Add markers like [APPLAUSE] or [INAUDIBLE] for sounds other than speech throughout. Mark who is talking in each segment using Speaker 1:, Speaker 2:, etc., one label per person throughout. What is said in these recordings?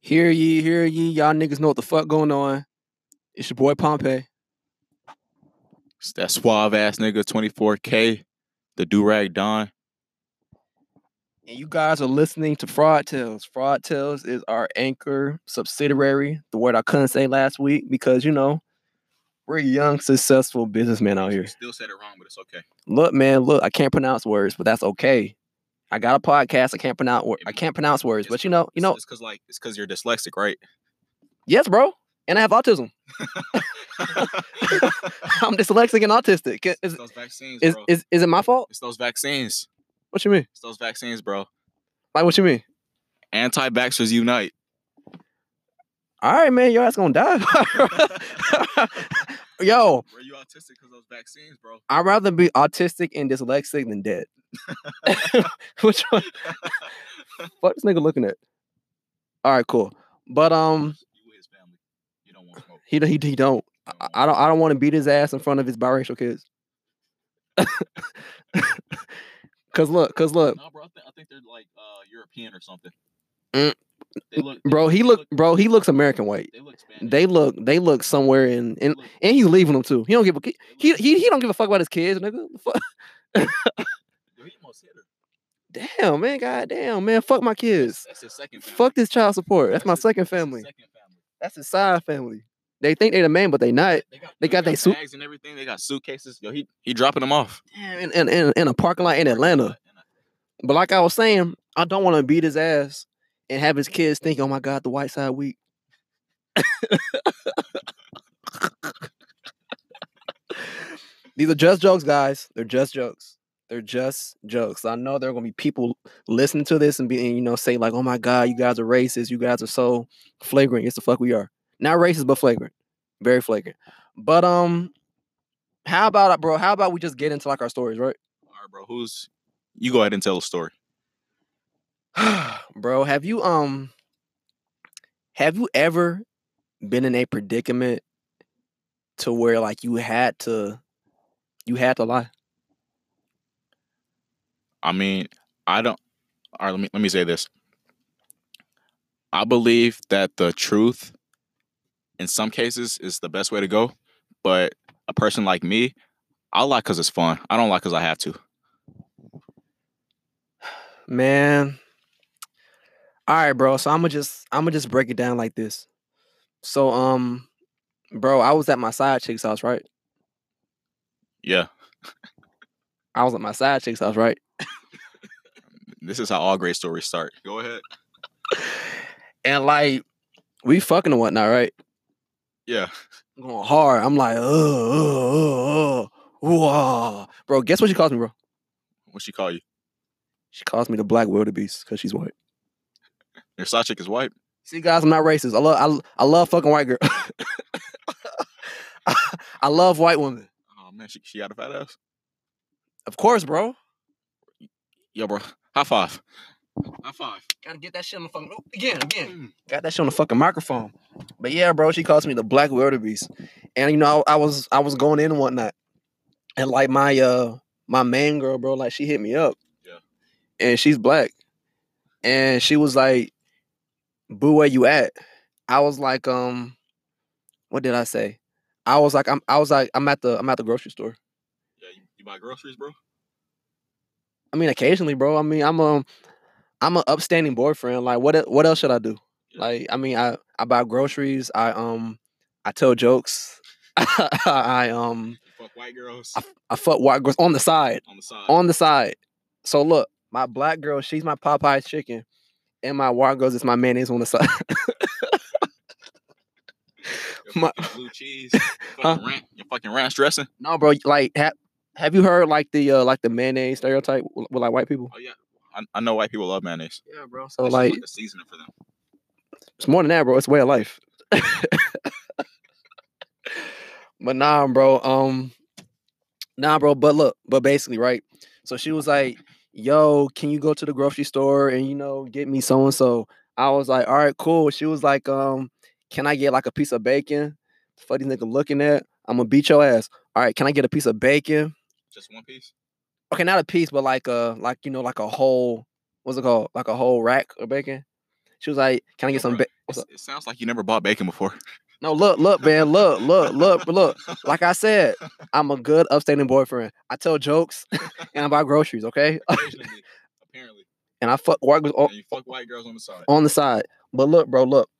Speaker 1: Hear ye, hear ye. Y'all niggas know what the fuck going on. It's your boy Pompey.
Speaker 2: It's that suave ass nigga, 24K, the Durag Don.
Speaker 1: And you guys are listening to Fraud Tales. Fraud Tales is our anchor subsidiary, the word I couldn't say last week because, you know, we're young, successful businessmen out here.
Speaker 2: Still said it wrong, but it's okay.
Speaker 1: Look, man, look, I can't pronounce words, but that's okay. I got a podcast. I can't pronounce wor- I can't pronounce words, but you know, you know,
Speaker 2: it's because like it's because you're dyslexic, right?
Speaker 1: yes, bro. And I have autism. [LAUGHS] I'm dyslexic and autistic. Is,
Speaker 2: it's those vaccines,
Speaker 1: is,
Speaker 2: bro.
Speaker 1: is, is it my fault?
Speaker 2: it's those vaccines.
Speaker 1: What you mean?
Speaker 2: It's those vaccines, bro.
Speaker 1: Like, what you mean?
Speaker 2: Anti-vaxxers unite.
Speaker 1: All right, man, your ass gonna die. [LAUGHS] Yo,
Speaker 2: Were you autistic because those vaccines, bro?
Speaker 1: I'd rather be autistic and dyslexic than dead. [LAUGHS] Which one? [LAUGHS] Fuck this nigga looking at. All right, cool. But um,
Speaker 2: You his family. You don't want smoke.
Speaker 1: he he, he don't.
Speaker 2: You
Speaker 1: I,
Speaker 2: don't
Speaker 1: I don't. I don't want to beat his ass in front of his biracial kids. [LAUGHS] cause look, cause look,
Speaker 2: No, bro. I, think I think they're like uh, European or something.
Speaker 1: Mm.
Speaker 2: They look, they
Speaker 1: bro. He
Speaker 2: they
Speaker 1: look, bro. He looks American white.
Speaker 2: They look Spanish.
Speaker 1: They look. They look somewhere in and and he's leaving them too. He don't give a he
Speaker 2: They
Speaker 1: he
Speaker 2: look-
Speaker 1: he don't give a fuck about his kids, nigga. Fuck.
Speaker 2: Yo, he almost hit her.
Speaker 1: Damn, man. God damn, man. Fuck my kids.
Speaker 2: That's his second. Family.
Speaker 1: Fuck this child support. That's my
Speaker 2: his-
Speaker 1: second
Speaker 2: that's his
Speaker 1: family.
Speaker 2: Second family.
Speaker 1: That's his side family. They think they the man, but they not.
Speaker 2: They got,
Speaker 1: They
Speaker 2: dude,
Speaker 1: got they suit-
Speaker 2: bags and everything. They got suitcases. Yo, he he dropping them off
Speaker 1: Damn, in, in, in, in a parking lot in Atlanta. But like I was saying, I don't want to beat his ass and have his kids think, oh my God, the white side weak. [LAUGHS] These are just jokes, guys. They're just jokes. They're just jokes. I know there are gonna be people listening to this and be, and, you know, say like, "Oh my God, you guys are racist. You guys are so flagrant." Yes, the fuck we are. Not racist, but flagrant. Very flagrant. But um, how about bro? How about we just get into like our stories, right?
Speaker 2: All right, bro. Who's you? Go ahead and tell a story.
Speaker 1: [SIGHS] bro have you um have you ever been in a predicament to where like you had to you had to lie
Speaker 2: I mean, I don't. All right, let me let me say this. I believe that the truth, in some cases, is the best way to go. But a person like me, I lie because it's fun. I don't lie because I have to.
Speaker 1: man all right bro so i'm gonna just i'm gonna just break it down like this so um bro i was at my side chick's house right
Speaker 2: Yeah,
Speaker 1: i was at my side chick's house right [SIGHS]
Speaker 2: this is how all great stories start. Go ahead.
Speaker 1: and like we fucking and whatnot right
Speaker 2: Yeah,
Speaker 1: going hard i'm like uh, uh, uh, whoa. bro guess what she calls me bro
Speaker 2: what she call you?
Speaker 1: She calls me the black wildebeest because she's white.
Speaker 2: Your side chick is white.
Speaker 1: See, guys, I'm not racist. I love I, I love fucking white girl. [LAUGHS] I love white women.
Speaker 2: Oh man, she she got a fat ass.
Speaker 1: Of course, bro.
Speaker 2: Yo, bro, high five. High five. Hmm.
Speaker 1: Gotta get that shit on the fucking oop, again, again. Got that shit on the fucking microphone. But yeah, bro, she calls me the black wildebeest. And you know, I, I was I was going in and whatnot. And like my uh my main girl, bro, like she hit me up.
Speaker 2: Yeah.
Speaker 1: And she's black. And she was like, Boo, where you at? I was like, um, what did I say? I was like, I'm I was like, I'm at the I'm at the grocery store.
Speaker 2: Yeah, you, you buy groceries, bro.
Speaker 1: I mean, occasionally, bro. I mean, I'm um I'm an upstanding boyfriend. Like, what el- what else should I do?
Speaker 2: Yeah.
Speaker 1: Like, I mean, I I buy groceries. I um I tell jokes. [LAUGHS] I um
Speaker 2: You fuck white girls
Speaker 1: I, f- I fuck white girls on the side,
Speaker 2: on the side.
Speaker 1: on the side. So look, my black girl, she's my Popeye's chicken, and my white girls is my mayonnaise on the side. [LAUGHS]
Speaker 2: Your
Speaker 1: my-
Speaker 2: fucking blue cheese.
Speaker 1: [LAUGHS]
Speaker 2: your fucking ranch, your fucking ranch dressing.
Speaker 1: no, bro, like ha- have you heard like the uh like the mayonnaise stereotype with, with like white people?
Speaker 2: Oh yeah, I, I know white people love mayonnaise.
Speaker 1: Yeah, bro. So
Speaker 2: It's just
Speaker 1: like
Speaker 2: a seasoning for them.
Speaker 1: It's more than that, bro. It's way of life. but nah, bro. Um, nah, bro. But look, but basically, right. So she was like, "Yo, can you go to the grocery store and you know get me so and so?" I was like, "All right, cool." She was like, "Um, can I get like a piece of bacon?" Fuck these nigga looking at. I'm gonna beat your ass. All right, can I get a piece of bacon?
Speaker 2: Just one piece.
Speaker 1: okay, not a piece, but like a like you know, like a whole what's it called? Like a whole rack of bacon. She was like, "Can I get some?" Ba-? What's
Speaker 2: It's- It sounds like you never bought bacon before.
Speaker 1: No, look, look, man, [LAUGHS] look, look, look, look. Like I said, I'm a good upstanding boyfriend. I tell jokes and I buy groceries, okay?
Speaker 2: [LAUGHS]
Speaker 1: [LAUGHS]
Speaker 2: Occasionally, apparently.
Speaker 1: And I fuck work on,
Speaker 2: And you fuck white girls on the side.
Speaker 1: on the side. But look, bro, look.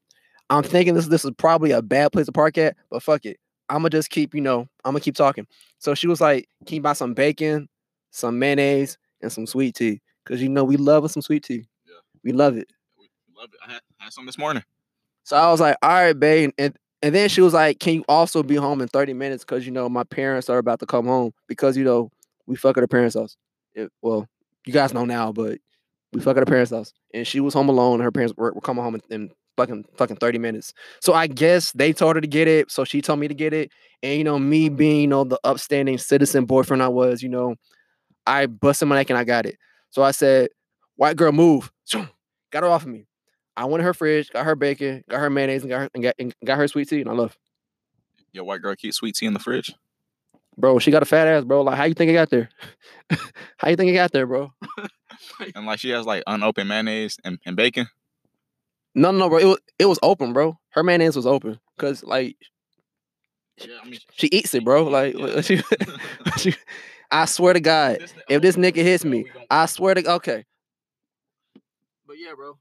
Speaker 1: I'm thinking this this is probably a bad place to park at, but fuck it. I'ma just keep, you know, I'ma keep talking. So she was like, Can you buy some bacon, some mayonnaise, and some sweet tea? Cause you know we love us some sweet tea.
Speaker 2: Yeah.
Speaker 1: We love it.
Speaker 2: We Love it. I had, I had some this morning.
Speaker 1: So I was like, all right, babe. And and then she was like, Can you also be home in 30 minutes? Cause you know, my parents are about to come home because you know, we fuck at her parents' house. It- well, you guys know now, but we fuck at her parents' house. And she was home alone, and her parents were, were coming home in, in fucking fucking 30 minutes. So I guess they told her to get it. So she told me to get it. And you know, me being, you know, the upstanding citizen boyfriend I was, you know, I busted my neck and I got it. So I said, White girl, move. Got her off of me. I went in her fridge, got her bacon, got her mayonnaise, and got her and got, and got her sweet tea, and I left.
Speaker 2: Your white girl keeps sweet tea in the [LAUGHS] fridge.
Speaker 1: Bro, she got a fat ass, bro. Like, how you think it got there? [LAUGHS] how you think it got there, bro?
Speaker 2: And like she has like unopened mayonnaise and, and bacon.
Speaker 1: No, no, no, bro. It was it was open, bro. Her mayonnaise was open, cause like
Speaker 2: Yeah, I mean,
Speaker 1: she eats it, bro. Like [LAUGHS] she,
Speaker 2: [LAUGHS]
Speaker 1: she, I swear to God, if this nigga hits me, I swear to okay. But yeah, bro.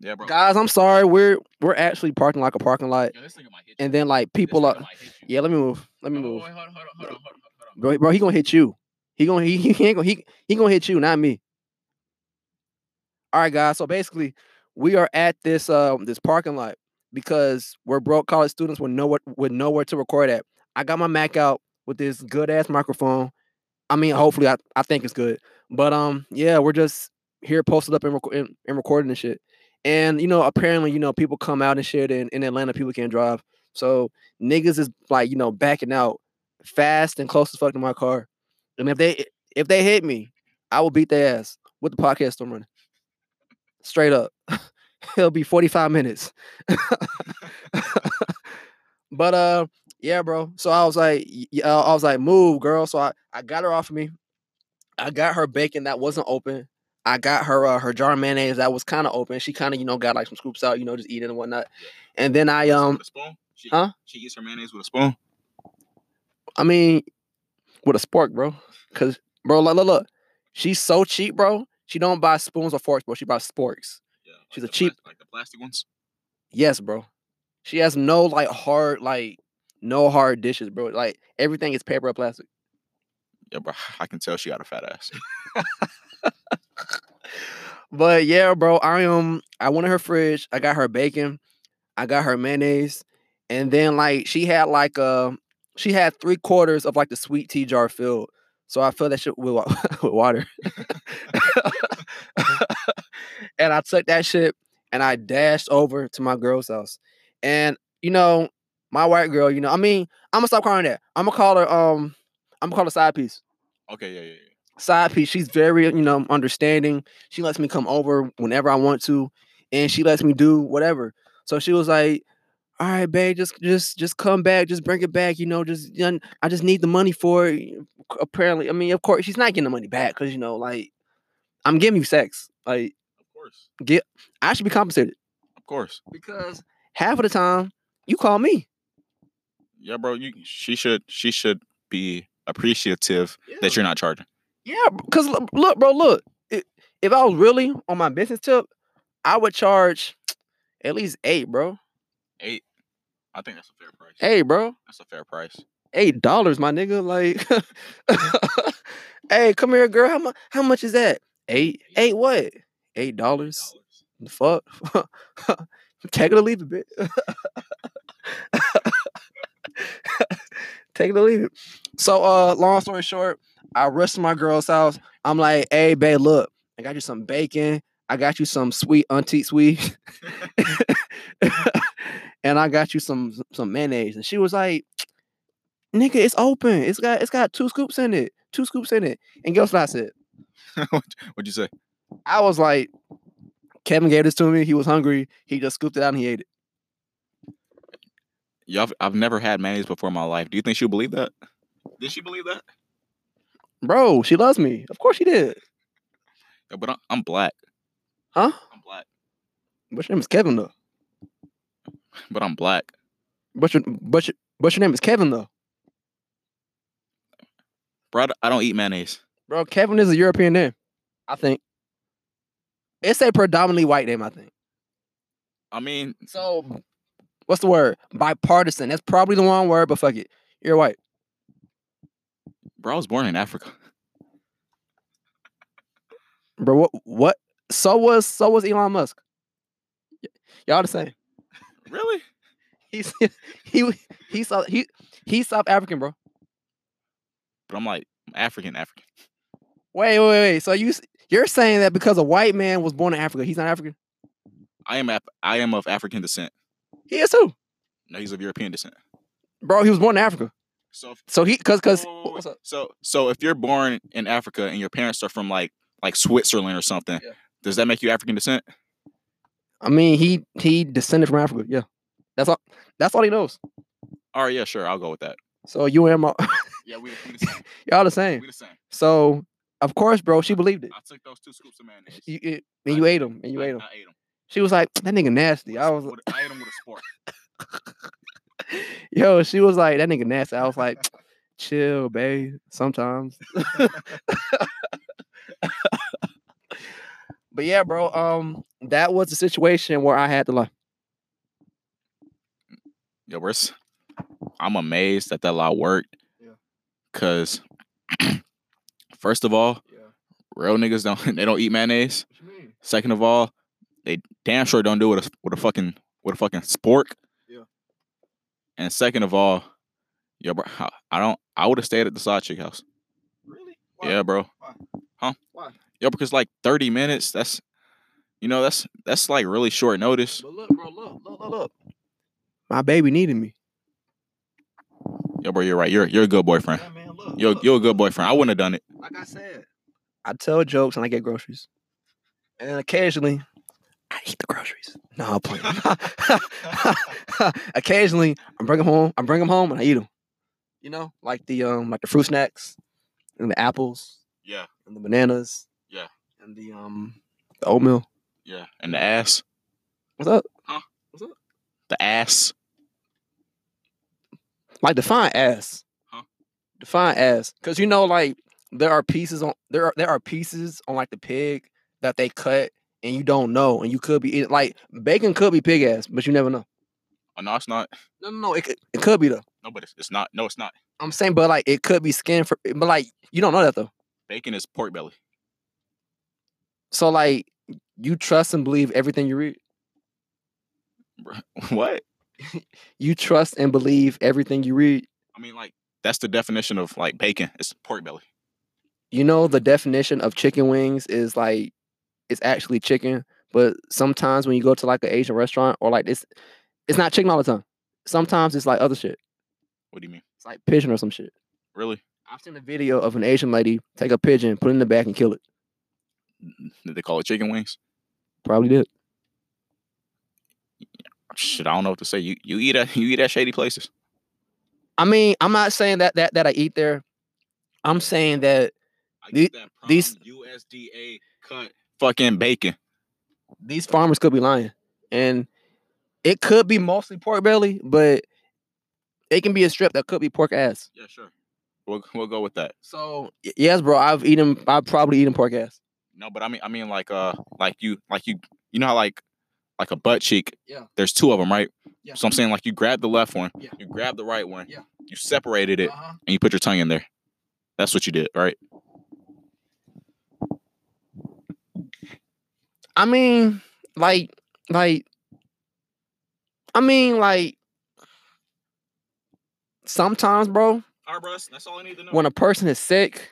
Speaker 2: yeah, bro.
Speaker 1: Guys, I'm sorry. We're we're actually parking like a parking lot,
Speaker 2: Yo, this nigga might hit you.
Speaker 1: and then like people
Speaker 2: this nigga
Speaker 1: are.
Speaker 2: might hit you.
Speaker 1: Yeah, let me move. Let me
Speaker 2: Oh,
Speaker 1: move.
Speaker 2: wait, hold on, hold on, hold on, hold on, hold on.
Speaker 1: bro, bro, he gonna hit you. He gonna he, [LAUGHS] he ain't gonna he, he gonna hit you, not me. All right, guys. So basically, we are at this um this parking lot because we're broke college students with nowhere with nowhere to record at. I got my Mac out with this good ass microphone. I mean, hopefully, I, I think it's good. But um, yeah, we're just here posted up and, reco- and, and recording and shit. And you know, apparently, you know, people come out and shit, and in Atlanta, people can't drive. So niggas is like, you know, backing out fast and close as fuck to my car. And if they if they hit me, I will beat their ass with the podcast I'm running. Straight up. [LAUGHS] It'll be 45 minutes. [LAUGHS] but uh yeah, bro. So I was like, y- y- uh, I was like, move, girl. So I, I got her off of me. I got her bacon that wasn't open. I got her uh, her jar of mayonnaise that was kind of open. She kind of, you know, got like some scoops out, you know, just eating and whatnot. And then I
Speaker 2: With
Speaker 1: um
Speaker 2: a spoon? She,
Speaker 1: huh?
Speaker 2: She eats her mayonnaise with a spoon.
Speaker 1: I mean, with a spork, bro. Cause bro, look, look, look. She's so cheap, bro. She don't buy spoons or forks, bro. She buys sporks.
Speaker 2: Yeah, like
Speaker 1: She's
Speaker 2: the
Speaker 1: a cheap-
Speaker 2: plas- like the plastic ones.
Speaker 1: Yes, bro. She has no like hard, like no hard dishes, bro. Like everything is paper or plastic.
Speaker 2: Yeah, bro. I can tell she got a fat ass. [LAUGHS]
Speaker 1: But yeah, bro, I um I went in her fridge. I got her bacon. I got her mayonnaise. And then like she had like uh she had three quarters of like the sweet tea jar filled. So I filled that shit with, wa- [LAUGHS] with water. and I took that shit and I dashed over to my girl's house. And you know, my white girl, you know, I mean, I'm gonna stop calling her that. I'm gonna call her um I'm gonna call her side piece
Speaker 2: Okay, yeah, yeah, yeah.
Speaker 1: side piece. She's very, you know, understanding. She lets me come over whenever I want to, and she lets me do whatever. So she was like, "All right, babe, just just just come back, just bring it back. You know, just you know, I just need the money for it." Apparently, I mean, of course, she's not getting the money back because you know, like, I'm giving you sex. Like,
Speaker 2: Of course,
Speaker 1: I should be compensated
Speaker 2: of course.
Speaker 1: because half of the time you call me.
Speaker 2: Yeah, bro. You she should she should be appreciative that you're not charging.
Speaker 1: Yeah, because look, bro, look. i- If I was really on my business tip, I would charge at least eight, bro.
Speaker 2: Eight. I think that's a fair price.
Speaker 1: Hey, bro.
Speaker 2: That's a fair price.
Speaker 1: Eight dollars, my nigga. Like, [LAUGHS] hey, come here, girl. How much? How much is that? Eight. Eight what? Eight dollars. The fuck. [LAUGHS] Take it or leave it, bitch. Take it or leave it. So, uh, long story short, I rushed to my girl's house. I'm like, hey, babe, look, I got you some bacon. I got you some sweet auntie sweet, [LAUGHS] and I got you some some mayonnaise. And she was like, nigga, it's open. It's got it's got two scoops in it. Two scoops in it. And guess what I said?
Speaker 2: [LAUGHS] What'd you say?
Speaker 1: I was like, Kevin gave this to me. He was hungry. He just scooped it out and he ate it.
Speaker 2: Yeah, I've, I've never had mayonnaise before in my life. Do you think she'll believe that? Did she believe that?
Speaker 1: Bro, she loves me. Of course she did.
Speaker 2: Yeah, but I'm, I'm black. [LAUGHS]
Speaker 1: Huh?
Speaker 2: I'm black.
Speaker 1: But your name is Kevin though.
Speaker 2: but I'm black.
Speaker 1: But your but your, but your name is Kevin though,
Speaker 2: Bro, I d- I don't eat mayonnaise.
Speaker 1: bro. Kevin is a European name, I think. It's a predominantly white name, I think.
Speaker 2: I mean,
Speaker 1: So, what's the word? Bipartisan. That's probably the wrong word, but fuck it. You're white.
Speaker 2: bro, I was born in Africa. [LAUGHS]
Speaker 1: Bro, what? What? So was so was Elon Musk. Y- Y'all the same.
Speaker 2: Really?
Speaker 1: He's [LAUGHS] he he's South he he's South African, bro.
Speaker 2: But I'm like African, African.
Speaker 1: Wait, wait, wait. So you s- you're saying that because a white man was born in Africa, he's not African?
Speaker 2: I am Af- I am of African descent.
Speaker 1: He is too,
Speaker 2: No, he's of European descent.
Speaker 1: bro. He was born in Africa,
Speaker 2: So if,
Speaker 1: so he because because
Speaker 2: Wait, wait, wait,
Speaker 1: what's up?
Speaker 2: so so if you're born in Africa and your parents are from like like Switzerland or something,
Speaker 1: Yeah.
Speaker 2: does that make you African descent?
Speaker 1: I mean, he he descended from Africa. Yeah, that's all. That's all he knows.
Speaker 2: All right, yeah, sure, I'll go with that.
Speaker 1: So you and my [LAUGHS]
Speaker 2: Yeah, we, we [LAUGHS] the same.
Speaker 1: y'all the same.
Speaker 2: the same.
Speaker 1: So of course, bro, she believed it.
Speaker 2: I took those two scoops of mayonnaise.
Speaker 1: You, it and you ate him, and you ate him. She was like, "That nigga nasty." I was,
Speaker 2: I ate them with a sport.
Speaker 1: yo, she was like, "That nigga nasty." I was [LAUGHS] like, "Chill, babe." Sometimes. [LAUGHS] but yeah, bro. Um, that was the situation where I had to lie.
Speaker 2: Yo, worse. I'm amazed that that law worked.
Speaker 1: Yeah.
Speaker 2: Cause [CLEARS THROAT] first of all,
Speaker 1: Yeah.
Speaker 2: real niggas don't [LAUGHS] they don't eat mayonnaise.
Speaker 1: What you mean?
Speaker 2: Second of all, they damn sure don't do it with a, with a fucking with a fucking spork.
Speaker 1: Yeah.
Speaker 2: And second of all, yo, bro, I- I don't. I would have stayed at the side chick house.
Speaker 1: Really?
Speaker 2: Yeah, bro.
Speaker 1: Why?
Speaker 2: Huh?
Speaker 1: Why?
Speaker 2: Yo, because like thirty minutes. That's, you know, that's that's like really short notice.
Speaker 1: But look, bro. Look, look, look, look. My baby needed me.
Speaker 2: Yo, bro, you're right. You're you're a good boyfriend.
Speaker 1: man, look.
Speaker 2: You're you're a good boyfriend. I wouldn't have done it.
Speaker 1: like I said, I tell jokes and I get groceries, and then occasionally I eat the groceries. No, I'm playing. [LAUGHS] occasionally I bring them home. I bring them home and I eat them. You know, like the um, like the fruit snacks and the apples
Speaker 2: Yeah,
Speaker 1: and the bananas.
Speaker 2: Yeah.
Speaker 1: And the um, the oatmeal.
Speaker 2: yeah. And the ass,
Speaker 1: What's up?
Speaker 2: the ass.
Speaker 1: Like define ass.
Speaker 2: Huh?
Speaker 1: Define ass, because you know, like there are pieces on there are there are pieces on like the pig that they cut, and you don't know, and you could be eating like bacon could be pig ass, but you never know.
Speaker 2: Oh no, it's not.
Speaker 1: No, no, no, it could, it could be though.
Speaker 2: No, but it's, it's not. No, it's not.
Speaker 1: I'm saying, but like it could be skin for, but like you don't know that though.
Speaker 2: Bacon is pork belly.
Speaker 1: So like you trust and believe everything you read.
Speaker 2: Bro, [LAUGHS] what?
Speaker 1: You trust and believe everything you read.
Speaker 2: I mean, like that's the definition of like bacon. It's pork belly.
Speaker 1: You know the definition of chicken wings is like it's actually chicken, but sometimes when you go to like an Asian restaurant or like this, it's not chicken all the time. Sometimes it's like other shit.
Speaker 2: What do you mean?
Speaker 1: It's like pigeon or some shit.
Speaker 2: Really?
Speaker 1: I've seen a video of an Asian lady take a pigeon, put it in the back, and kill it.
Speaker 2: Did they call it chicken wings?
Speaker 1: Probably did.
Speaker 2: Shit, I don't know what to say. You you eat at you eat at shady places.
Speaker 1: I mean, I'm not saying that that that I eat there. I'm saying that
Speaker 2: I
Speaker 1: The- get
Speaker 2: that
Speaker 1: these-
Speaker 2: USDA cut fucking bacon.
Speaker 1: these farmers could be lying, and it could be mostly pork belly, but it can be a strip that could be pork ass.
Speaker 2: Yeah, sure. We'll we'll go with that.
Speaker 1: So y- yes, bro, I've eaten. I've probably eaten pork ass.
Speaker 2: No, but I mean I mean like uh like you like you you know how like like a butt cheek.
Speaker 1: Yeah.
Speaker 2: There's two of them, right?
Speaker 1: Yeah.
Speaker 2: So I'm saying like you grab the left one,
Speaker 1: Yeah.
Speaker 2: you grab the right one,
Speaker 1: Yeah.
Speaker 2: you separated it,
Speaker 1: Uh-huh.
Speaker 2: and you put your tongue in there. That's what you did, right?
Speaker 1: I mean, like, like, I mean, like, sometimes, bro,
Speaker 2: All right, bros. That's all I need to know.
Speaker 1: when a person is sick,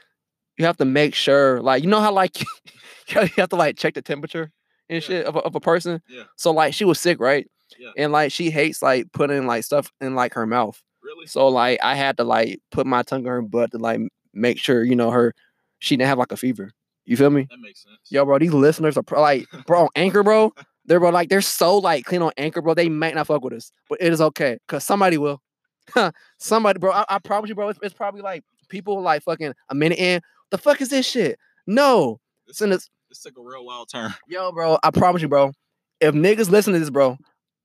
Speaker 1: you have to make sure, like, you know how, like, [LAUGHS] you have to, like, check the temperature and
Speaker 2: Yeah.
Speaker 1: shit of a, of a person?
Speaker 2: Yeah.
Speaker 1: So, like, she was sick, right?
Speaker 2: Yeah.
Speaker 1: And, like, she hates, like, putting, like, stuff in, like, her mouth.
Speaker 2: really?
Speaker 1: So, like, I had to, like, put my tongue in her butt to, like, make sure, you know, her, she didn't have, like, a fever. You feel me?
Speaker 2: That makes sense.
Speaker 1: Yo, bro, these listeners are pro- like, bro, on Anchor, bro, they're bro, like, they're so like clean on Anchor, bro. They might not fuck with us, but it is okay, cause somebody will. [LAUGHS] somebody, bro, I, I promise you, bro, it's, it's probably like people like fucking a minute in. The fuck is this shit? No,
Speaker 2: This,
Speaker 1: send us,
Speaker 2: this took a real wild turn.
Speaker 1: yo, bro. I promise you, bro. if niggas listen to this, bro,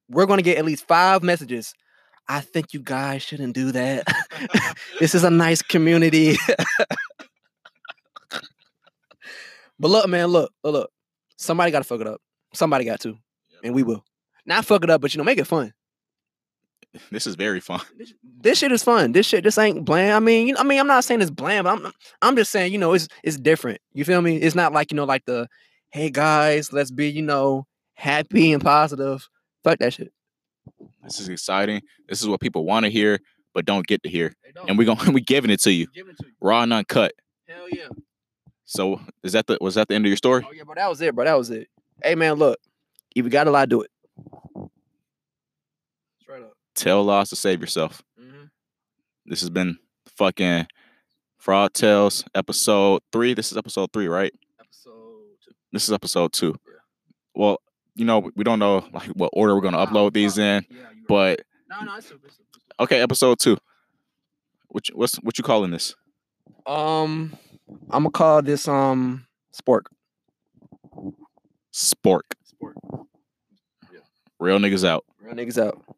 Speaker 1: we're gonna get at least five messages. I think you guys shouldn't do that. [LAUGHS] this is a nice community. [LAUGHS] but look, man, look, look, look. Somebody gotta fuck it up. Somebody got to, and we will. Not fuck it up, but you know, make it fun.
Speaker 2: [LAUGHS] This is very fun.
Speaker 1: This, this shit is fun. This shit, this ain't bland. I mean, you know, I mean, I'm not saying it's bland, but I'm, I'm just saying, you know, it's it's different. You feel me? It's not like you know, like the, hey guys, let's be, you know, happy and positive. Fuck that shit.
Speaker 2: This is exciting. This is what people want to hear, but don't get to hear.
Speaker 1: Oh.
Speaker 2: And we're going [LAUGHS] we giving it to you.
Speaker 1: giving it to you.
Speaker 2: Raw and uncut.
Speaker 1: Hell yeah.
Speaker 2: So is that the was that the end of your story?
Speaker 1: Oh yeah, bro. That was it, bro. That was it. Hey man, look. If you got a lie, do it. Straight up.
Speaker 2: Tell lies to save yourself. This has been fucking Fraud Tales episode three. This is episode three, right?
Speaker 1: Episode two.
Speaker 2: This is episode two.
Speaker 1: Yeah.
Speaker 2: Well, you know, we don't know like what order we're gonna
Speaker 1: Ah,
Speaker 2: upload these
Speaker 1: fuck.
Speaker 2: in,
Speaker 1: Yeah, you right.
Speaker 2: but
Speaker 1: no, no, it's super, it's super, it's
Speaker 2: okay, episode two. What you, what's what you calling this?
Speaker 1: super. Um, I'm gonna call this um spork.
Speaker 2: Spork.
Speaker 1: Spork.
Speaker 2: Real niggas out.
Speaker 1: Real niggas out.